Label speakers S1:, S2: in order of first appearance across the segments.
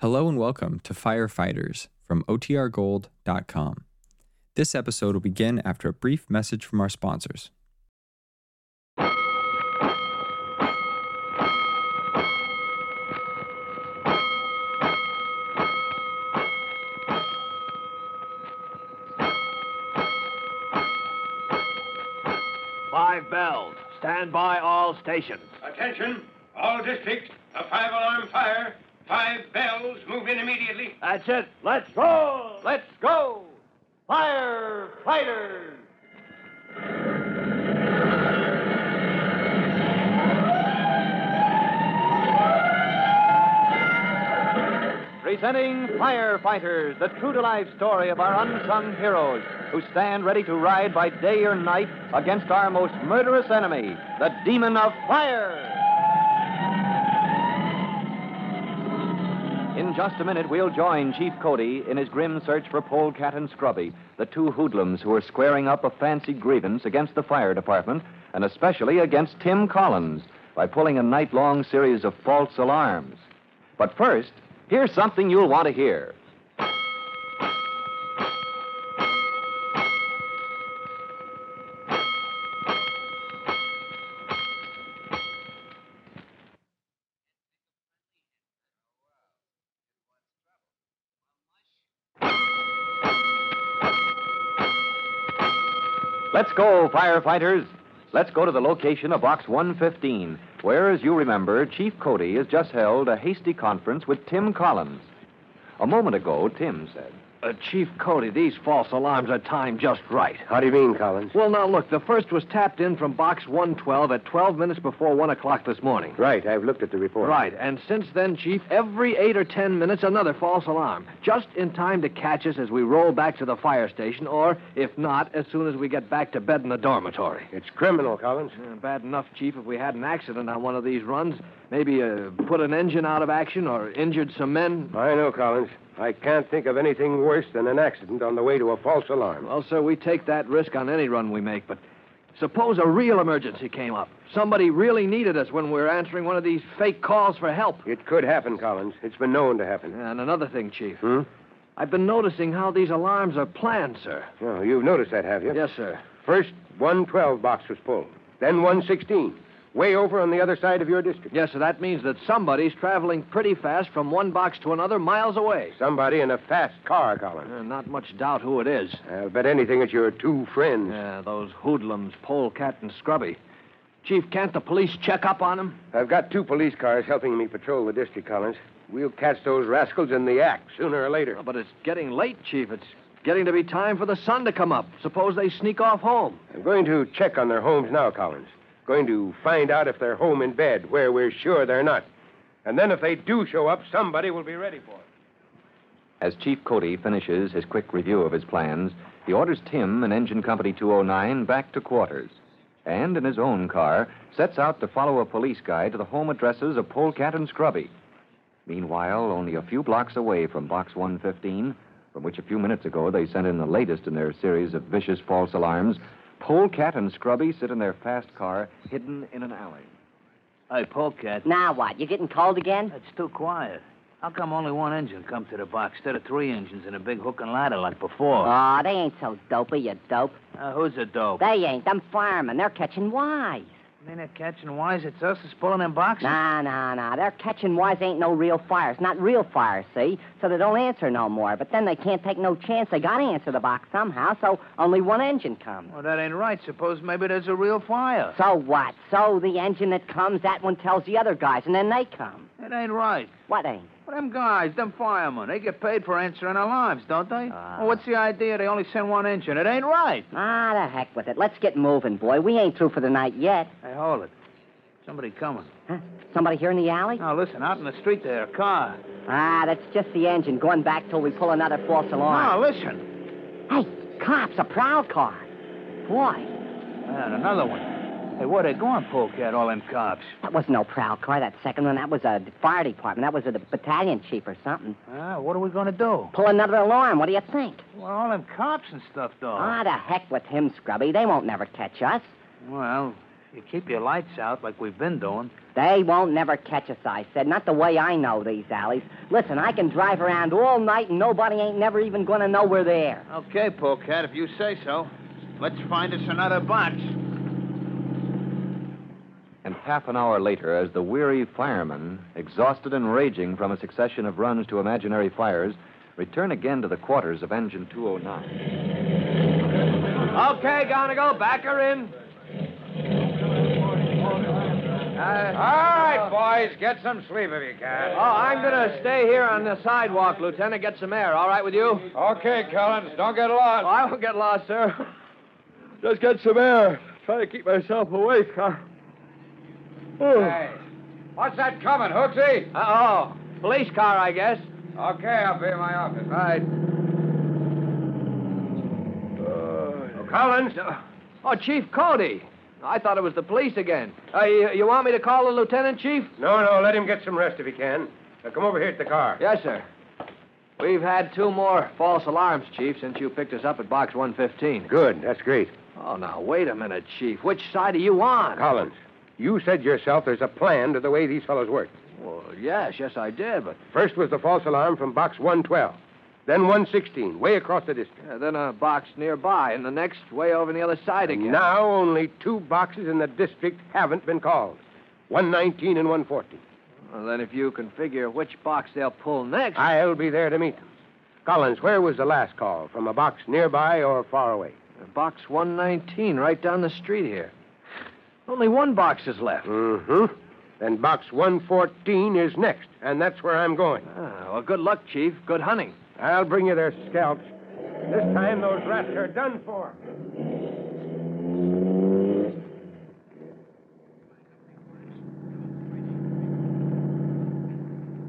S1: Hello and welcome to Firefighters from OTRGold.com. This episode will begin after a brief message from our sponsors.
S2: Five bells. Stand by all stations.
S3: Attention, all districts, a five alarm fire. Five bells, move in immediately.
S2: That's it. Let's roll. Let's go. Firefighters. Presenting Firefighters, the true to life story of our unsung heroes who stand ready to ride by day or night against our most murderous enemy, the demon of fire. In just a minute, we'll join Chief Cody in his grim search for Polecat and Scrubby, the two hoodlums who are squaring up a fancy grievance against the fire department, and especially against Tim Collins, by pulling a night long series of false alarms. But first, here's something you'll want to hear. Let's go, firefighters. Let's go to the location of Box 115, where, as you remember, Chief Cody has just held a hasty conference with Tim Collins. A moment ago, Tim said.
S4: Uh, Chief Cody, these false alarms are timed just right.
S5: How do you mean, Collins?
S4: Well, now look, the first was tapped in from box 112 at 12 minutes before 1 o'clock this morning.
S5: Right, I've looked at the report.
S4: Right, and since then, Chief, every 8 or 10 minutes, another false alarm. Just in time to catch us as we roll back to the fire station, or, if not, as soon as we get back to bed in the dormitory.
S5: It's criminal, Collins.
S4: Uh, bad enough, Chief, if we had an accident on one of these runs. Maybe uh, put an engine out of action or injured some men.
S5: I know, Collins. I can't think of anything worse than an accident on the way to a false alarm.
S4: Well, sir, we take that risk on any run we make, but suppose a real emergency came up. Somebody really needed us when we were answering one of these fake calls for help.
S5: It could happen, Collins. It's been known to happen.
S4: And another thing, Chief.
S5: Hmm?
S4: I've been noticing how these alarms are planned, sir.
S5: Oh, you've noticed that, have you?
S4: Yes, sir.
S5: First, 112 box was pulled, then 116, way over on the other side of your district.
S4: Yes, sir. That means that somebody's traveling pretty fast from one box to another miles away.
S5: Somebody in a fast car, Collins.
S4: Uh, not much doubt who it is.
S5: I'll bet anything it's your two friends.
S4: Yeah, those hoodlums, Polecat and Scrubby. Chief, can't the police check up on them?
S5: I've got two police cars helping me patrol the district, Collins. We'll catch those rascals in the act sooner or later.
S4: Oh, But it's getting late, Chief. It's getting to be time for the sun to come up. Suppose they sneak off home.
S5: I'm going to check on their homes now, Collins. Going to find out if they're home in bed, where we're sure they're not. And then if they do show up, somebody will be ready for it.
S2: As Chief Cody finishes his quick review of his plans, he orders Tim and Engine Company 209 back to quarters, and in his own car, sets out to follow a police guide to the home addresses of Polecat and Scrubby. Meanwhile, only a few blocks away from Box 115, from which a few minutes ago they sent in the latest in their series of vicious false alarms, Polecat and Scrubby sit in their fast car, hidden in an alley.
S6: Hey, Polecat,
S7: Now what? You getting cold again?
S6: it's too quiet. How come only one engine come to the box instead of three engines and a big hook and ladder like before?
S7: Aw, they ain't so dopey, you dope.
S6: Uh, who's a dope?
S7: They ain't. Them firemen, they're catching wise.
S6: I mean, they're catching wise. It's us that's pulling them boxes.
S7: Nah, nah, nah. They're catching wise ain't no real fires. Not real fires, see? So they don't answer no more. But then they can't take no chance. They gotta answer the box somehow, so only one engine comes.
S6: Well, that ain't right. Suppose maybe there's a real fire.
S7: So what? So the engine that comes, that one tells the other guys, and then they come.
S6: That ain't right.
S7: What ain't?
S6: Well, them guys, them firemen, they get paid for answering alarms, don't they?
S7: Ah.
S6: well, what's the idea? They only send one engine. It ain't right.
S7: Ah, the heck with it. Let's get moving, boy. We ain't through for the night yet.
S6: Hey, hold it. Somebody coming.
S7: Huh? Somebody here in the alley?
S6: Now, listen, out in the street there, a car.
S7: Ah, that's just the engine going back till we pull another false alarm.
S6: Now, listen.
S7: Hey, cops, a prowl car. Boy,
S6: And another one. Hey, where they going, Polecat, all them cops?
S7: that was no prowl car, that second one. That was a fire department. That was a battalion chief or something.
S6: Ah, what are we going to do?
S7: Pull another alarm. What do you think?
S6: Well, all
S2: Oh.
S8: Ah.
S6: them cops and stuff, though.
S7: Ah, the heck with him, Scrubby. They won't never catch us.
S6: Well,
S2: You keep your lights out like we've been doing.
S7: They won't never catch us, I said. Not the way I know these alleys. Listen, I can drive around all night and nobody ain't never even gonna know we're there.
S8: Okay, Polecat, if you say so. Let's find us another box.
S9: And half an hour later, as the weary firemen, exhausted and raging from a succession of runs to imaginary fires, return again to the quarters of Engine 209.
S10: Okay, Gonigal, back her in.
S8: All right, boys, get some sleep if you
S10: Oh,
S8: can.
S10: I'm gonna stay here on the sidewalk, Lieutenant. Get some air. All right with you?
S8: Okay, Collins, don't get
S10: Oh,
S8: lost.
S10: I won't get lost, sir.
S5: Just get some air. Try to keep myself awake, huh? Oh.
S8: Hey, what's that coming, Hooksy?
S10: Uh oh. Police car, I guess.
S8: Okay, I'll be in my office.
S10: Right. Collins. Oh, Chief Cody. I thought it was the police again. Uh, you, you want me to call the lieutenant, Chief?
S5: No, no, let him get some rest if he can. Now, come over here to the car.
S10: Yes, sir. We've had two more false alarms, Chief, since you picked us up at box 115.
S5: Good, that's great.
S10: Oh, now, wait a minute, Chief. Which side are you on?
S5: Collins, you said yourself there's a plan to the way these fellows work.
S10: Well, yes, yes, I did, but
S5: First was the false alarm from box 112, then 116, way across the district.
S10: uh, then a box nearby, and the next way over on the other side again.
S5: Now only two boxes in the district haven't been called 119 and 140.
S10: Well, then if you can figure which box they'll pull next.
S5: I'll be there to meet them. Collins, where was the last call? From a box nearby or far away?
S10: Box 119, right down the street here. Only one box is left.
S5: Mm hmm. Then box 114 is next, and that's where I'm going.
S10: Ah, well, good luck, Chief. Good hunting.
S5: I'll bring you their scalps. This time those rats are done for.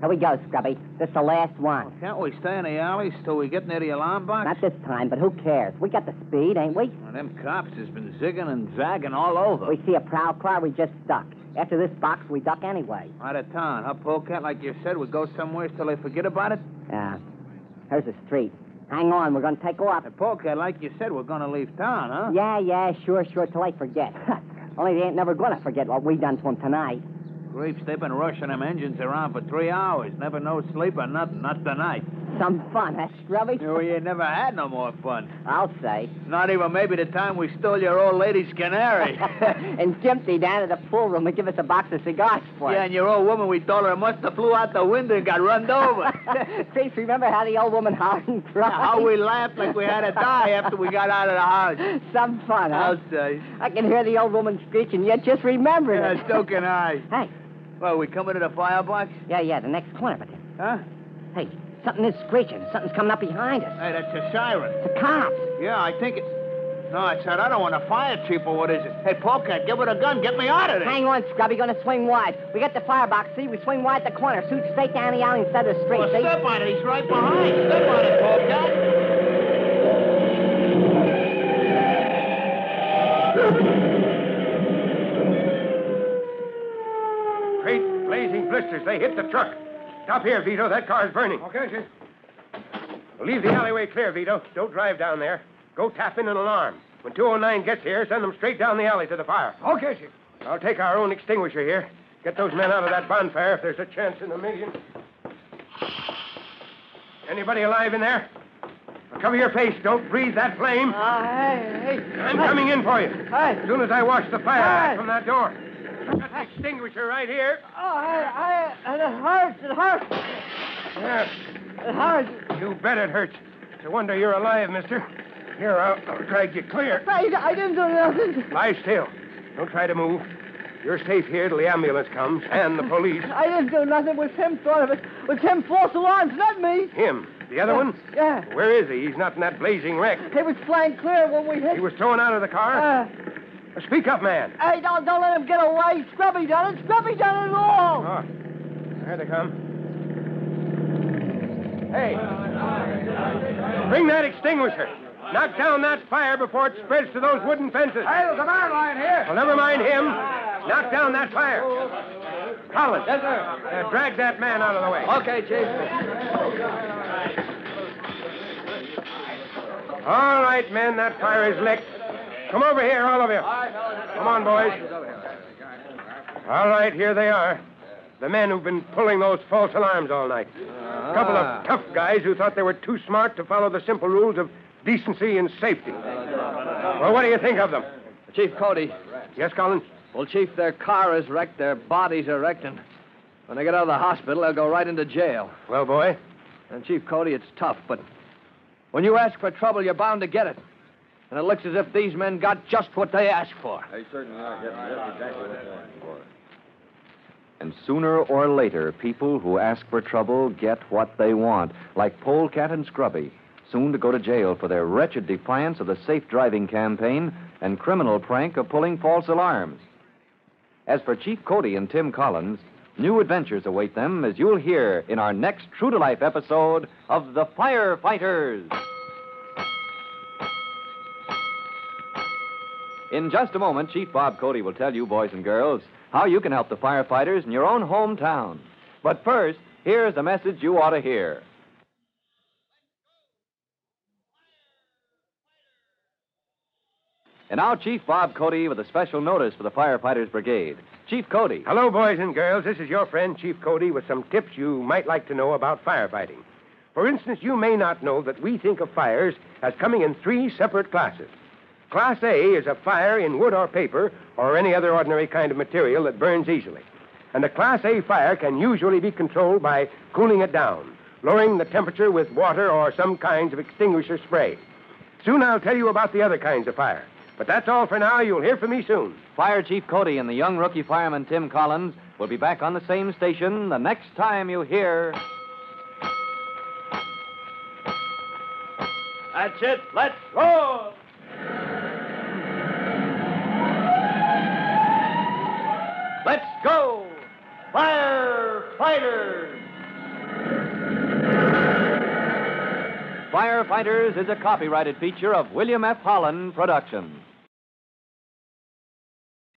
S7: Here we go, Scrubby. This the last one.
S2: Can't we stay in the alleys till we get near the alarm box?
S7: Not this time, but who cares? We got the speed, ain't we?
S2: Well, them cops has been zigging and zagging all over.
S7: We see a prowl car, we just duck. After this box, we duck anyway.
S2: Out of town, huh, Polecat? Like you said, we go somewhere till they forget about it?
S7: Yeah. Here's the Uh, street. Hang on, we're gonna take off.
S2: And Polecat, like you said, we're gonna leave town, huh?
S7: Yeah, yeah, sure, sure, till they forget. Only they ain't never gonna forget what we done to 'em tonight.
S2: Creeps, they've been rushing them engines around for three hours. Never no sleep or nothing, not tonight.
S7: Some fun, huh, Scrubby?
S2: We ain't never had no more fun.
S7: I'll say.
S2: Not even maybe the time we stole your old lady's canary.
S7: and Jimpy down at the pool room would give us a box of cigars for
S2: yeah,
S7: it.
S2: and your old woman, we told her, must have flew out the window and got run over.
S7: Please remember how the old woman hollered and cried.
S2: How we laughed like we had to die after we got out of the house.
S7: Some fun, huh?
S2: I'll say.
S7: I can hear the old woman screeching, yet just remembering
S2: Yeah,
S7: it.
S2: so can I.
S7: Hey,
S2: Well, we coming to the firebox?
S7: yeah, yeah, the next corner, but
S2: Huh?
S7: Hey, something is screeching. Something's coming up behind us.
S2: Hey, that's a siren.
S7: The cops.
S2: Yeah, I think it. No, I said I don't want a fire chief or what is it? Hey, Polecat, give it a gun. Get me out of there.
S7: Hang on, Scrubby. Gonna swing wide. We got the firebox. See, we swing wide the corner. Shoot straight down the alley instead of the street.
S2: Well,
S7: see?
S2: step on it. He's right behind. Step on it, Polecat.
S5: Great blazing blisters. They hit the truck. Stop here, Vito. That car's burning. Okay, Chief. Leave the alleyway clear, Vito. Don't drive down there. Go tap in an alarm. When 209 gets here, send them straight down the alley to the fire. Okay, Chief. I'll take our own extinguisher here. Get those men out of that bonfire if there's a chance in a million. Anybody alive in there? Now Cover your face. Don't breathe that flame.
S7: Oh, hey, hey.
S5: I'm coming in for you.
S7: Hey.
S5: As soon as I wash the fire
S7: Hey.
S5: out from that door. Got the extinguisher right here.
S7: Oh, I, I, and it hurts. It hurts.
S5: Yes.
S7: It hurts.
S5: You bet it hurts. It's a wonder you're alive, mister. Here, I'll, I'll drag you clear.
S7: I, I didn't do nothing.
S5: Lie still. Don't try to move. You're safe here till the ambulance comes and the police.
S7: I didn't do nothing. It was him thought of it. It was him false alarms, not me.
S5: Him. The other one?
S7: Yeah.
S5: Where is he? He's not in that blazing wreck.
S7: He was flying clear when we hit.
S5: He was thrown out of the car.
S7: Uh,
S5: Speak up, man.
S7: hey, don't, don't let him get away. Scrubby done it. Scrubby done it all.
S5: Oh, there they come. Hey, bring that extinguisher. Knock down that fire before it spreads to those wooden fences. Hey, there's a man lying here. Well, never mind him. Knock down that fire. Collins. Yes, sir. drag that man out of the way.
S10: Okay, Chief.
S5: All right, men, that fire is licked. Come over here, all of you. Come on, boys. All right, here they are. The men who've been pulling those false alarms all night. A couple of tough guys who thought they were too smart to follow the simple rules of decency and safety. Well, what do you think of them?
S4: Chief Cody.
S5: Yes, Collins?
S4: Well, Chief, their car is wrecked, their bodies are wrecked, and when they get out of the hospital, they'll go right into jail.
S5: Well, boy,
S4: And, Chief Cody, it's tough, but when you ask for trouble, you're bound to get it. And it looks as if these men got just what they asked for.
S2: And sooner or later, people who ask for trouble get what they want, like Polecat and Scrubby, soon to go to jail for their wretched defiance of the safe driving campaign and criminal prank of pulling false alarms. As for Chief Cody and Tim Collins, new adventures await them, as you'll hear in our next true to life episode of The Firefighters. In just a moment, Chief Bob Cody will tell you, boys and girls, how you can help the firefighters in your own hometown. But first, here's a message you ought to hear. And now, Chief Bob Cody with a special notice for the Firefighters Brigade. Chief Cody.
S5: Hello, boys and girls. This is your friend, Chief Cody, with some tips you might like to know about firefighting. For instance, you may not know that we think of fires as coming in three separate classes. Class A is a fire in wood or paper or any other ordinary kind of material that burns easily. And a Class A fire can usually be controlled by cooling it down, lowering the temperature with water or some kinds of extinguisher spray. Soon I'll tell you about the other kinds of fire. But that's all for now. You'll hear from me soon.
S2: Fire Chief Cody and the young rookie fireman Tim Collins will be back on the same station the next time you hear.
S6: That's it. Let's roll. Let's go. Firefighters.
S2: Firefighters is a copyrighted feature of William F. Holland Productions.